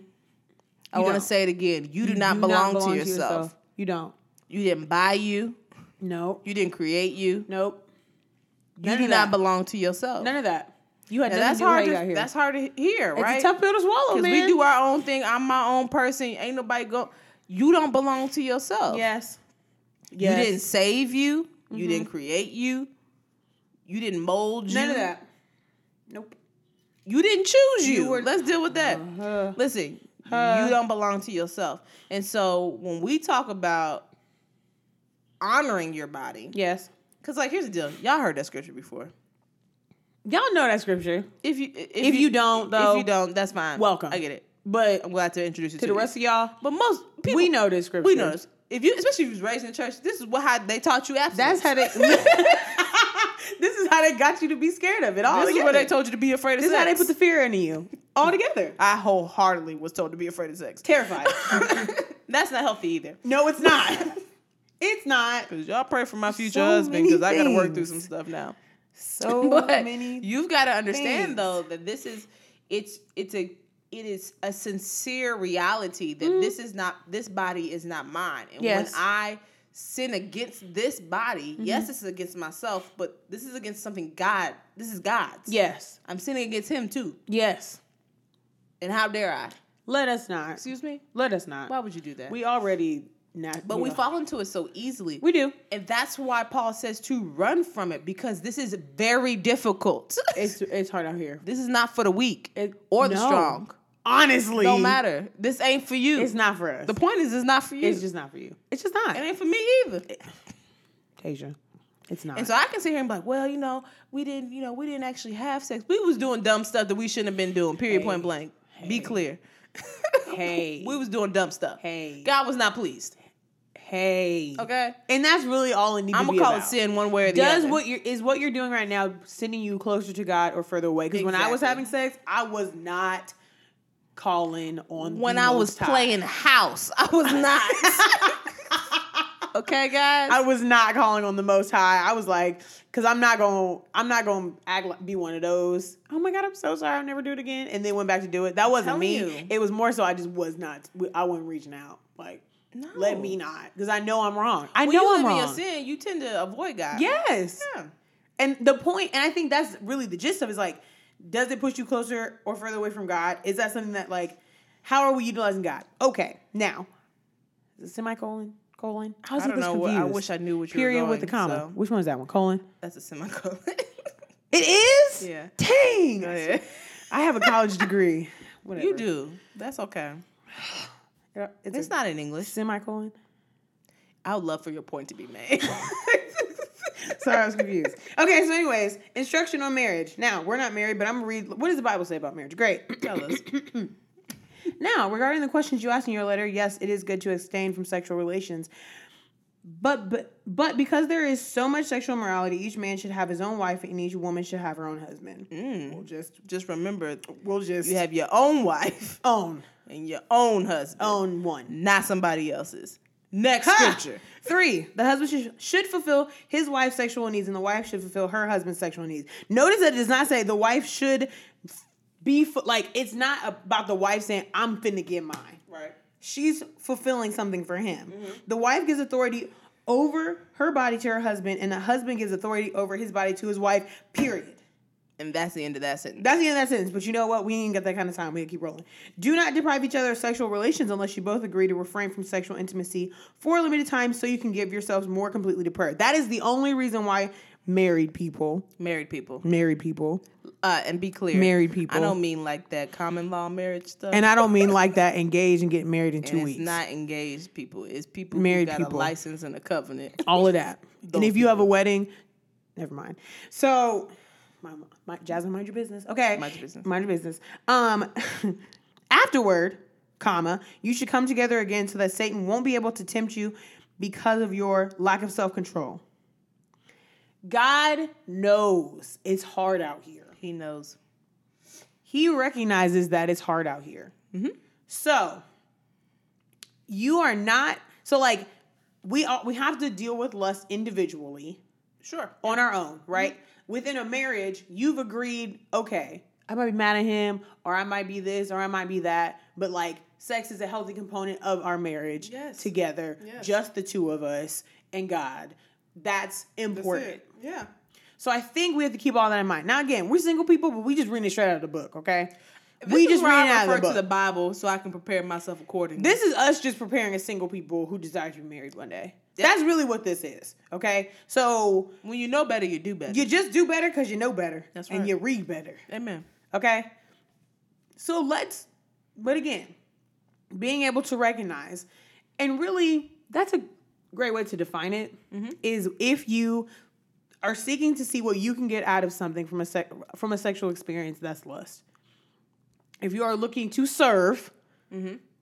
want to don't. say it again. Mm-hmm. You do not belong, to, yourself. You don't. You didn't buy you. Nope. You didn't create you. Nope. you none do of that. not belong to yourself. None of that. You had Now, nothing that's to do with hard. how you To, got here. That's hard to hear, it's right? a tough pill to swallow, Because man. we do our own thing. I'm my own person. Ain't nobody go. You don't belong to yourself. yes. You didn't save you. You Mm-hmm. didn't create you. You didn't mold you. None of that. Nope. You didn't choose you. Let's deal with that. Uh-huh. Listen, you don't belong to yourself. And so when we talk about honoring your body, Yes. because like here's the deal, y'all heard that scripture before. Y'all know that scripture. If you if, If you don't, though, if you don't, that's fine. welcome. I get it. But I'm glad to introduce you to to, the you. rest of y'all, But most people, we know this scripture. we know this. If you, especially if you was raised in the church, this is what how they taught you. That's Abstinence. how they. this is how they got you to be scared of it. All This is where they told you to be afraid of This is sex. how they put the fear into you. All together. I wholeheartedly was told to be afraid of sex. Terrified. That's not healthy either. no, it's not. It's not. Cause y'all pray for my future So husband. many Cause I gotta work through things. some stuff now. So But many. you've got to understand things. though that this is it's it's a it is a sincere reality that this is not this body is not mine. And Mm-hmm. Yes. Mm-hmm. when I sin against this body, yes, this is against myself, but this is against something God. This is God's. Yes. I'm sinning against Him too. Yes. And how dare I? Let us not. Excuse me. Let us not. Why would you do that? we already not. but you we know. fall into it so easily. We do. and that's why Paul says to run from it because this is very difficult. It's it's hard out here. This is not for the weak It- or the no. strong. Honestly, Don't matter. This ain't for you. It's not for us. The point is, it's not for you. it's just not for you. It's just it not. ain't for me either. Tasia, it's not. And so I can sit here and be like, well, you know, we didn't, you know, we didn't actually have sex. We was doing dumb stuff that we shouldn't have been doing. Period. Point blank. Be clear. hey, We was doing dumb stuff. hey, God was not pleased. hey. Okay. And that's really all it needs I'm to be gonna call about. it sin one way or the Does other. what you're is what you're doing right now sending you closer to God or further away? Because when I was Exactly. having sex, I was not calling on when the I Most was High. playing house, I was not. okay, guys. I was not calling on the Most High. I was like, because I'm not going, to I'm not going to act like, be one of those. Oh my God, I'm so sorry. I'll never do it again. And then went back to do it. That wasn't telling me. you. It was more so I just was not. I wasn't reaching out. Like, No. let me not, because I know I'm wrong. I When know you I'm live in wrong. your sin, you tend to avoid God. Yes. Yeah. And the point, and I think that's really the gist of it, is like, does it push you closer or further away from God? Is that something that like, how are we utilizing God? Okay, now, is it semicolon, colon. How is I it don't this know. What, I confused? wish I knew what you Period were going, with the comma. so Which one is that one? Colon. that's a semicolon. It is. Yeah. Dang. ahead. I have a college degree. Whatever. you do. That's okay. Yeah, It's, It's not not in English. semicolon. I would love for your point to be made. Sorry, I was confused. Okay, so anyways, instruction on marriage. Now we're not married, but I'm gonna read. What does the Bible say about marriage? Great. Tell us. Now, regarding the questions you asked in your letter, yes, it is good to abstain from sexual relations. But, but but because there is so much sexual morality, each man should have his own wife and each woman should have her own husband. We'll just Just remember, we'll just you have your own wife own and your own husband, own one. not somebody else's. Next Ha! scripture. Three, the husband should, should fulfill his wife's sexual needs and the wife should fulfill her husband's sexual needs. Notice that it does not say the wife should be, fu- like, it's not about the wife saying, I'm finna get mine. Right. she's fulfilling something for him. Mm-hmm. The wife gives authority over her body to her husband, and the husband gives authority over his body to his wife, period. And that's the end of that sentence. That's the end of that sentence, but you know what? We ain't got that kind of time. We gotta keep rolling. Do not deprive each other of sexual relations unless you both agree to refrain from sexual intimacy for a limited time so you can give yourselves more completely to prayer. That is the only reason why married people, married people. married people, Uh, and be clear. Married people. I don't mean like that common law marriage stuff. and I don't mean like that engaged and getting married in two And it's weeks. not engaged people. It's people Married who got people. a license and a covenant. all of that. and Those if you have a wedding, never mind. So, my, my, Jasmine, mind your business. Okay, Mind your business. Mind your business. Um, afterward, comma, you should come together again so that Satan won't be able to tempt you because of your lack of self control. God knows it's hard out here. He knows. He recognizes that it's hard out here. Mm-hmm. So you are not so like we all, we have to deal with lust individually Sure. on our own, Mm-hmm. right? Within a marriage, you've agreed, okay, I might be mad at him, or I might be this, or I might be that, but like sex is a healthy component of our marriage Yes. together, Yes. just the two of us and God. That's important. Yeah. So I think we have to keep all that in mind. Now again, we're single people, but we just reading it straight out of the book, okay? we just reading it out of the book. to the Bible so I can prepare myself accordingly. This is us just preparing as single people who desire to be married one day. That's really what this is. Okay. So when you know better, you do better. you just do better because you know better. That's And right. you read better. Amen. Okay? So let's, but again, being able to recognize, and really, that's a great way to define it. Is if you are seeking to see what you can get out of something from a se- from a sexual experience, that's lust. If you are looking to serve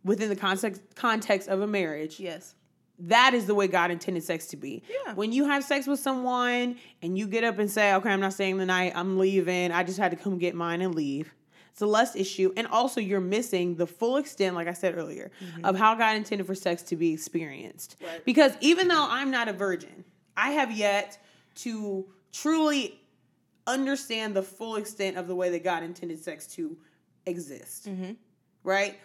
within the context context of a marriage, Yes. that is the way God intended sex to be. Yeah. When you have sex with someone and you get up and say, okay, I'm not staying the night, I'm leaving, I just had to come get mine and leave. It's a lust issue. And also, you're missing the full extent, like I said earlier, of how God intended for sex to be experienced. Mm-hmm. Right. Because even though I'm not a virgin, I have yet to truly understand the full extent of the way that God intended sex to exist. Right?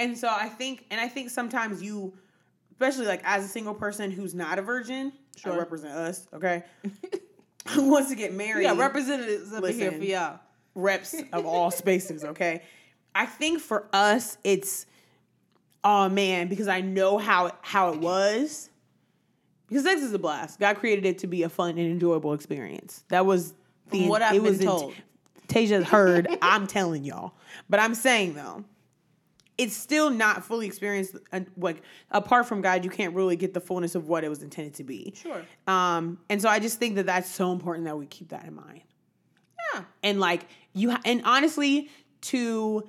And so I think, and I think sometimes you, especially like as a single person who's not a virgin, sure. Sure. represent us, okay? Who wants to get married? Yeah, representatives up in here Listen. for y'all. reps of all spaces, okay? I think for us, it's oh man, because I know how how it was. Because sex is a blast. God created it to be a fun and enjoyable experience. That was the From what I've it was been int- told. Tasia heard. I'm telling y'all, but I'm saying though, it's still not fully experienced. uh, Like apart from God, you can't really get the fullness of what it was intended to be. Sure. Um, and so I just think that that's so important that we keep that in mind. Yeah. And like you, ha- and honestly, to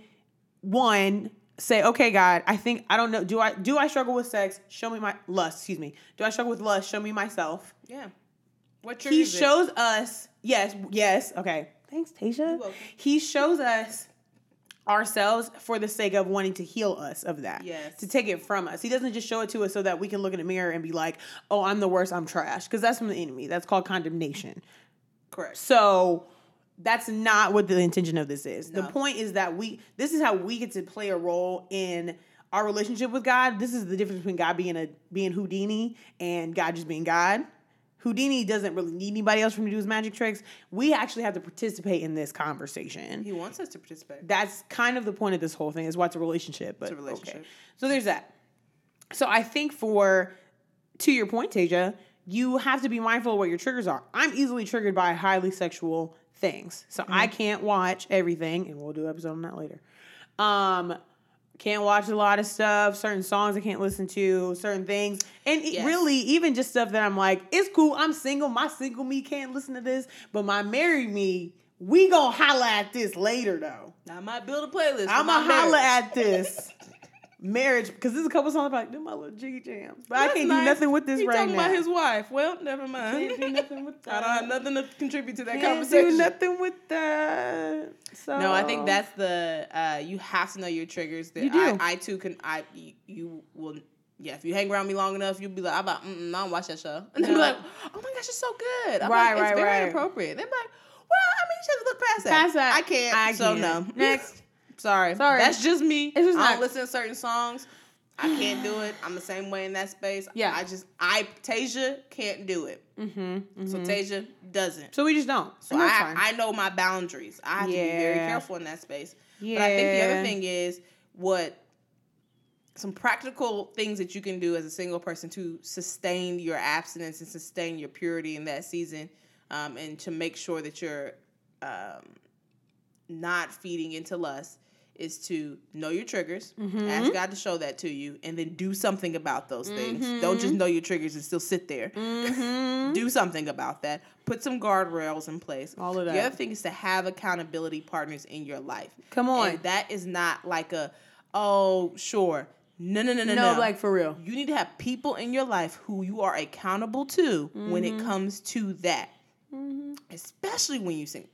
one say, okay, God, I think I don't know. Do I do I struggle with sex? Show me my lust. Excuse me. Do I struggle with lust? Show me myself. Yeah. What He trigger is it? shows us. Yes. Yes. Okay. Thanks, Tasha. welcome. He shows us ourselves for the sake of wanting to heal us of that. Yes. To take it from us. He doesn't just show it to us so that we can look in the mirror and be like, oh, I'm the worst, I'm trash. Because that's from the enemy. That's called condemnation. Correct. So that's not what the intention of this is. The No. point is that we this is how we get to play a role in our relationship with God. This is the difference between God being a being Houdini and God just being God. Houdini doesn't really need anybody else for him to do his magic tricks. We actually have to participate in this conversation He wants us to participate. that's kind of the point of this whole thing is what's a relationship but a relationship. okay so there's that so i think for to your point taja you have to be mindful of what your triggers are i'm easily triggered by highly sexual things so i Mm-hmm. can't watch everything and we'll do an episode on that later um can't watch a lot of stuff certain songs i can't listen to certain things and it Yes. really even just stuff that i'm like it's cool i'm single my single me can't listen to this but my married me we gonna holla at this later though I might build a playlist. for I'm my gonna holla marriage. at this marriage because there's a couple songs I'm like, do my little jiggy jams, but I That's can't nice. do nothing with this He right talking now. about his wife. Well, never mind. Can't do nothing with I that. don't have nothing to contribute to that Can't conversation. do nothing with that. So No, I think that's the uh, you have to know your triggers. That You do. I, I too can. I you, you will. Yeah, if you hang around me long enough, you'll be like, "I'm about, mm-mm, I don't watch that show," and they'll be No. like, "Oh my gosh, it's so good." I'm Right, like, right, It's very right. inappropriate. They're like, "Well, I mean, you should look past that." Past that. I can't. I so can't. no. Next. Sorry. Sorry. That's just me. It's just I not- don't listen to certain songs. I can't do it. I'm the same way in that space. Yeah. I just I Tasia can't do it. Mm-hmm, So Tasia doesn't. So we just don't. So And that's I, fine. I know my boundaries. I have to be very Yeah. careful in that space. yeah. But I think the other thing is what some practical things that you can do as a single person to sustain your abstinence and sustain your purity in that season, um, and to make sure that you're um, not feeding into lust is to know your triggers, Mm-hmm. ask God to show that to you, and then do something about those things. Don't Mm-hmm. just know your triggers and still sit there. do something about that. Put some guardrails in place. All of The that. other thing is to have accountability partners in your life. Come on. And that is not like a, oh, sure. No, no, no, no, no. no, like for real. you need to have people in your life who you are accountable to when Mm-hmm. it comes to that. Especially when you sing,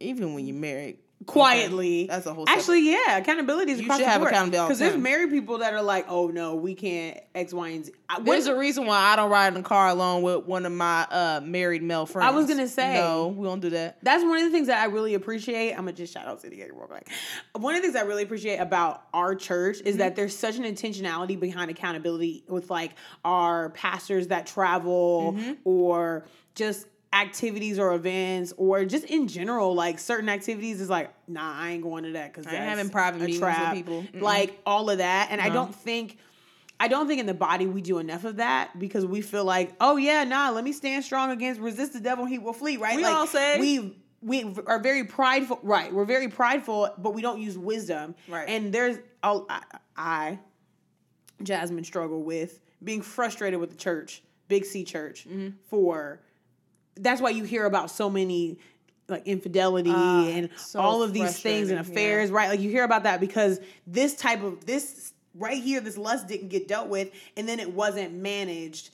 even when you're married. Quietly, That's a whole Actually, yeah, accountability is You across should the have board. accountability all the there's time. married people that are like, "Oh no, we can't X, Y, and Z." I- when- There's a reason why I don't ride in the car alone with one of my uh, married male friends. was gonna say. no, we don't do that. That's one of the things that I really appreciate. I'm gonna just shout out City Gate real quick. One of the things I really appreciate about our church is Mm-hmm. that there's such an intentionality behind accountability with like our pastors that travel Mm-hmm. or just activities or events or just in general like certain activities is like nah I ain't going to that because ain't having private meetings with people. Mm-mm. Uh-huh. like all of that and I No. don't think I don't think in the body we do enough of that because we feel like, oh yeah, nah, let me stand strong against resist the devil, he will flee, right? We like, all say- we we v- are very prideful, right? We're very prideful, but we don't use wisdom. Right. And there's a, I, I, Jasmine, struggle with being frustrated with the church, Big C Church, Mm-hmm. for. That's why you hear about so many like infidelity and Ah, so all of these things and frustrating, yeah. affairs, right? Like you hear about that because this type of this right here, this lust didn't get dealt with, and then it wasn't managed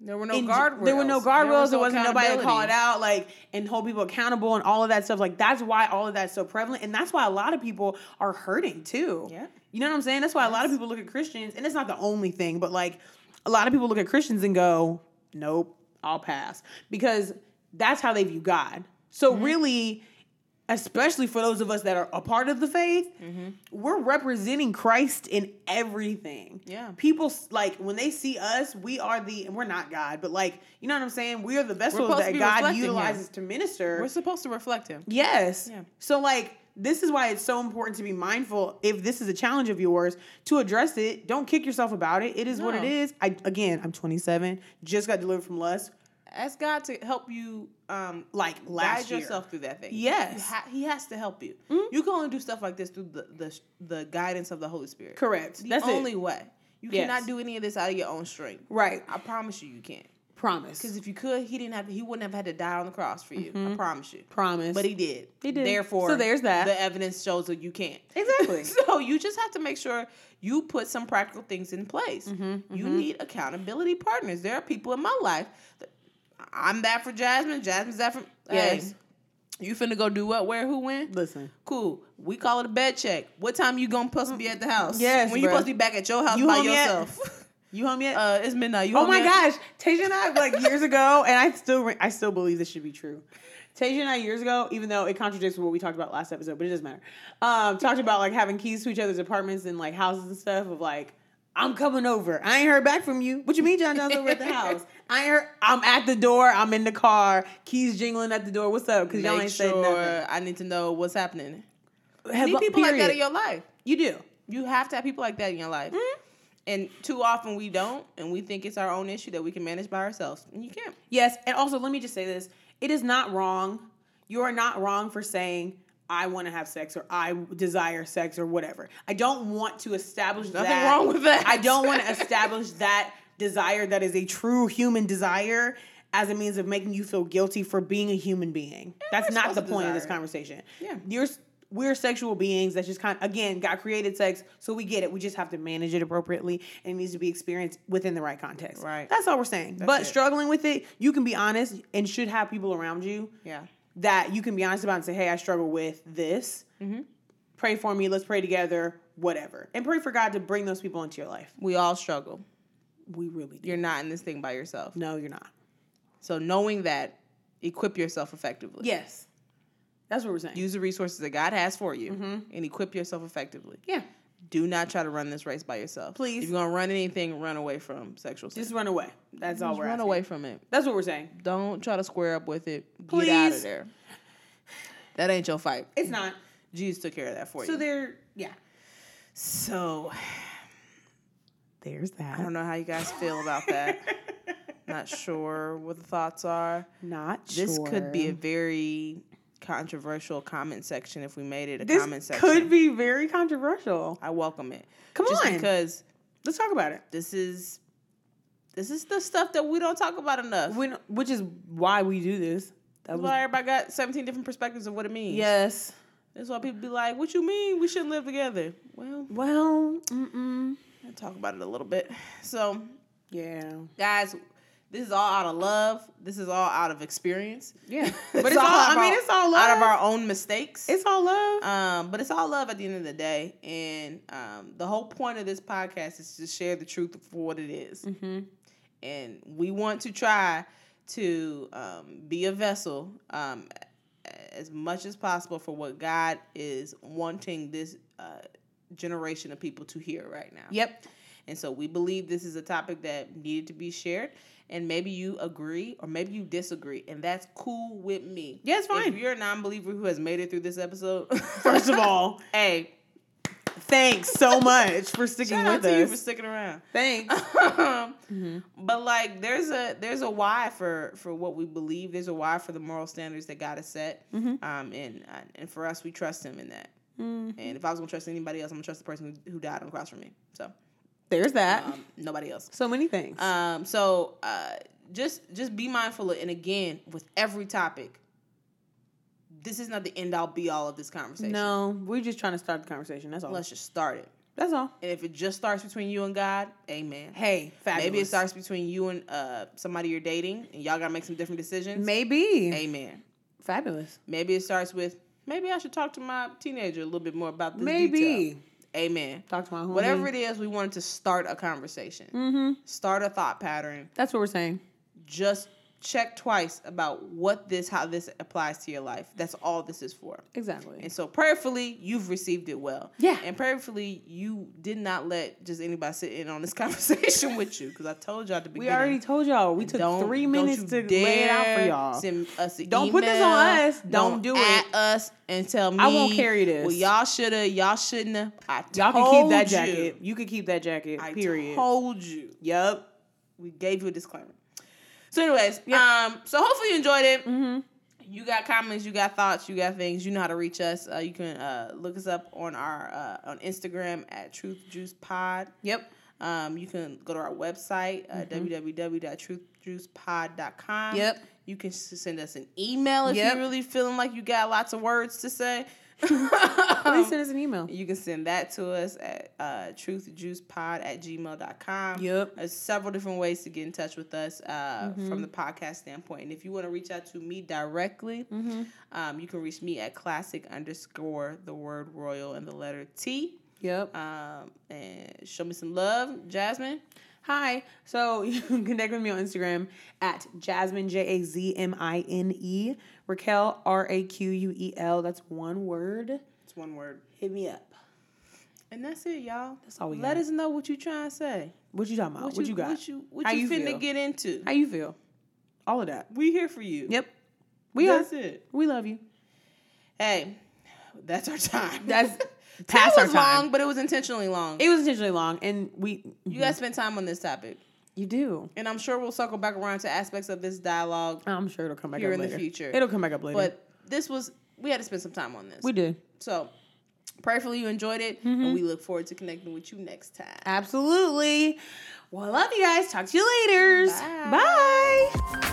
There were no in- guardrails. There were no guardrails. was There, no was not nobody to call accountability. it out, like and hold people accountable and all of that stuff. Like that's why all of that's so prevalent, and that's why a lot of people are hurting too. Yeah. you know what I'm saying. That's why a lot of people look at Christians, and it's not the only thing, but like a lot of people look at Christians and go, "Nope, I'll pass," because that's how they view God. So Mm-hmm. really. Especially for those of us that are a part of the faith, Mm-hmm. we're representing Christ in everything. Yeah. People s- like when they see us, we are the and we're not God, but like you know what I'm saying. We are the vessels supposed to that be God reflecting utilizes to minister. We're supposed to reflect him. yes. Yeah. So like this is why it's so important to be mindful. If this is a challenge of yours, to address it. Don't kick yourself about it. It is what it No. is. I again, I'm 27. Just got delivered from lust. Ask God to help you um Like last guide year. yourself through that thing. Yes. You ha- he has to help you. You can only do stuff like this through the the, the guidance of the Holy Spirit. Correct. The That's only it. way. You Yes. cannot do any of this out of your own strength. Right. I promise you, you can't. Because Promise. if you could, he didn't have. He wouldn't have had to die on the cross for you. I promise you. Promise. But he did. He did. Therefore, So there's that. The evidence shows that you can't. Exactly. so you just have to make sure you put some practical things in place. Mm-hmm, You need accountability partners. There are people in my life. That, I'm that for Jasmine. Jasmine's that for. Yes. Hey, you finna go do what, where, who, when? Listen. Cool. We call it a bed check. What time you gonna supposed to be at the house? Yes, When you bruh. supposed to be back at your house You by home yet? yourself? You home yet? uh, it's midnight. You Oh home my yet? gosh, Tasia and I like years ago, and I still re- I still believe this should be true. Tasia and I years ago, even though it contradicts what we talked about last episode, but it doesn't matter. Um, talked about like having keys to each other's apartments and like houses and stuff. Of like, I'm coming over. I ain't heard back from you. What you mean, John John's over at the house? I ain't heard. I'm at the door. I'm in the car. Keys jingling at the door. What's up? Because y'all Make ain't sure said nothing. I need to know what's happening. Have- Need people like that period. in your life. You do. You have to have people like that in your life. And too often we don't, and we think it's our own issue that we can manage by ourselves. And you can't. Yes, and also let me just say this: it is not wrong. You are not wrong for saying I want to have sex or I desire sex or whatever. I don't want to establish Nothing that. wrong with that. I don't want to establish that desire that is a true human desire as a means of making you feel guilty for being a human being. That's we're not the supposed to point of this desire it. conversation. Yeah. You're s- we're sexual beings that just kind of again God created sex, so we get it. We just have to manage it appropriately and it needs to be experienced within the right context. Right. That's all we're saying. but it. struggling with it, you can be honest and should have people around you Yeah. that you can be honest about and say, "Hey, I struggle with this. Mm-hmm. Pray for me. Let's pray together. Whatever." And pray for God to bring those people into your life. We all struggle. We really do. You're not in this thing by yourself. No, you're not. So knowing that, equip yourself effectively. Yes, that's what we're saying. Use the resources that God has for you and equip yourself effectively. yeah, Do not try to run this race by yourself. Please. If you're gonna run anything, run away from sexual sin. just run away. That's all Just we're run asking. away from it. That's what we're saying. Don't try to square up with it. Get out Please. of there. That ain't your fight. It's not. Jesus took care of that for So you. there. Yeah. So There's I don't that. know how you guys feel about that. Not sure what the thoughts are. Not This could be a sure. very controversial comment section if we made it a This comment section. could be very controversial. I welcome it. Come Just on. because Let's talk about it. this is this is the stuff that we don't talk about enough. When, which is why we do this. That That's why everybody got 17 different perspectives of what it means. yes. That's why people be like, what you mean we shouldn't live together? Well, Well, mm-mm. I'll talk about it a little bit. So yeah, guys, this is all out of love. This is all out of experience. yeah. But it's all. I of mean, our- it's all love. out of our own mistakes. It's all love. um, but it's all love at the end of the day, and um, the whole point of this podcast is to share the truth for what it is. Mm-hmm. and we want to try to um, be a vessel um, as much as possible for what God is wanting this uh, generation of people to hear right now. Yep. And so we believe this is a topic that needed to be shared. And maybe you agree or maybe you disagree. And that's cool with me. Yeah, it's fine. If you're a non believer who has made it through this episode, First of all, hey, Thanks so much for sticking Shout out with to you us. Mm-hmm. for sticking around. Thanks. But like, there's a there's a why for for what we believe. There's a why for the moral standards that God has set. Mm-hmm. Um, and uh, and for us, we trust Him in that. Mm, And if I was gonna trust anybody else, I'm gonna trust the person who, who died on the cross for me. So There's that. um, nobody else. so many things. Um, so uh, just just be mindful of, and again with every topic. This is not the end all be all of this conversation. no, we're just trying to start the conversation. That's all. let's just start it. That's all. And if it just starts between you and God, Amen. Hey, fabulous. Maybe it starts between you and uh, somebody you're dating, and y'all gotta make some different decisions. Maybe. Amen. Fabulous. Maybe it starts with maybe I should talk to my teenager a little bit more about this. Maybe. detail. Amen. Talk to my homie. Whatever it is, we wanted to start a conversation, Mm-hmm. start a thought pattern. That's what we're saying. Just check twice about what this, how this applies to your life. That's all this is for. Exactly. And so prayerfully, you've received it well. Yeah. And prayerfully, you did not let just anybody sit in on this conversation with you because I told y'all at the We beginning. already told y'all. We took Don't- three don't minutes you to lay it out for dare y'all. Send us an Don't put this on email. us. Don't do at it. us and tell me. I won't carry this. Well, y'all shoulda. Y'all shouldn't. I told Y'all can keep that you. jacket. You, can keep that jacket. I period. told you. yep. We gave you a disclaimer. So, anyways, um, so hopefully you enjoyed it. Mm-hmm. You got comments, you got thoughts, you got things. You know how to reach us. Uh, you can uh, look us up on our uh, on Instagram at Truth Juice Pod. Yep. Um, you can go to our website, uh, www.truthjuicepod.com. Mm-hmm. Yep. You can s- send us an email if Yep. you're really feeling like you got lots of words to say. Please Um, send us an email. You can send that to us at uh, truthjuicepod at gmail.com. Yep. Mm-hmm. There's several different ways to get in touch with us uh, from the podcast standpoint. And if you want to reach out to me directly, Mm-hmm. um, you can reach me at classic underscore the word royal and the letter T. Yep. Um, and show me some love, Jasmine. Hi. So you can connect with me on Instagram at Jasmine J A Z M I N E Raquel R A Q U E L. That's one word. It's one word. Hit me up. And that's it, y'all. That's all we Let got. us know what you trying to say. What you talking about? What, you, got? What you, what How you you finna feel? get into? How you feel? All of that. we here for you. Yep. We That's are. it. We love you. Hey, that's our time. That's Today past our was time. long, but it was intentionally long. It was intentionally long, and we you guys spend time on this topic, you do. and I'm sure we'll circle back around to aspects of this dialogue I'm sure it'll come back here up in later. the future. It'll come back up later. but this was we had to spend some time on this. we Mm-hmm. did. So, prayerfully, you enjoyed it, and we look forward to connecting with you next time. Absolutely. Well, love you guys. Talk to you later. Bye. Bye.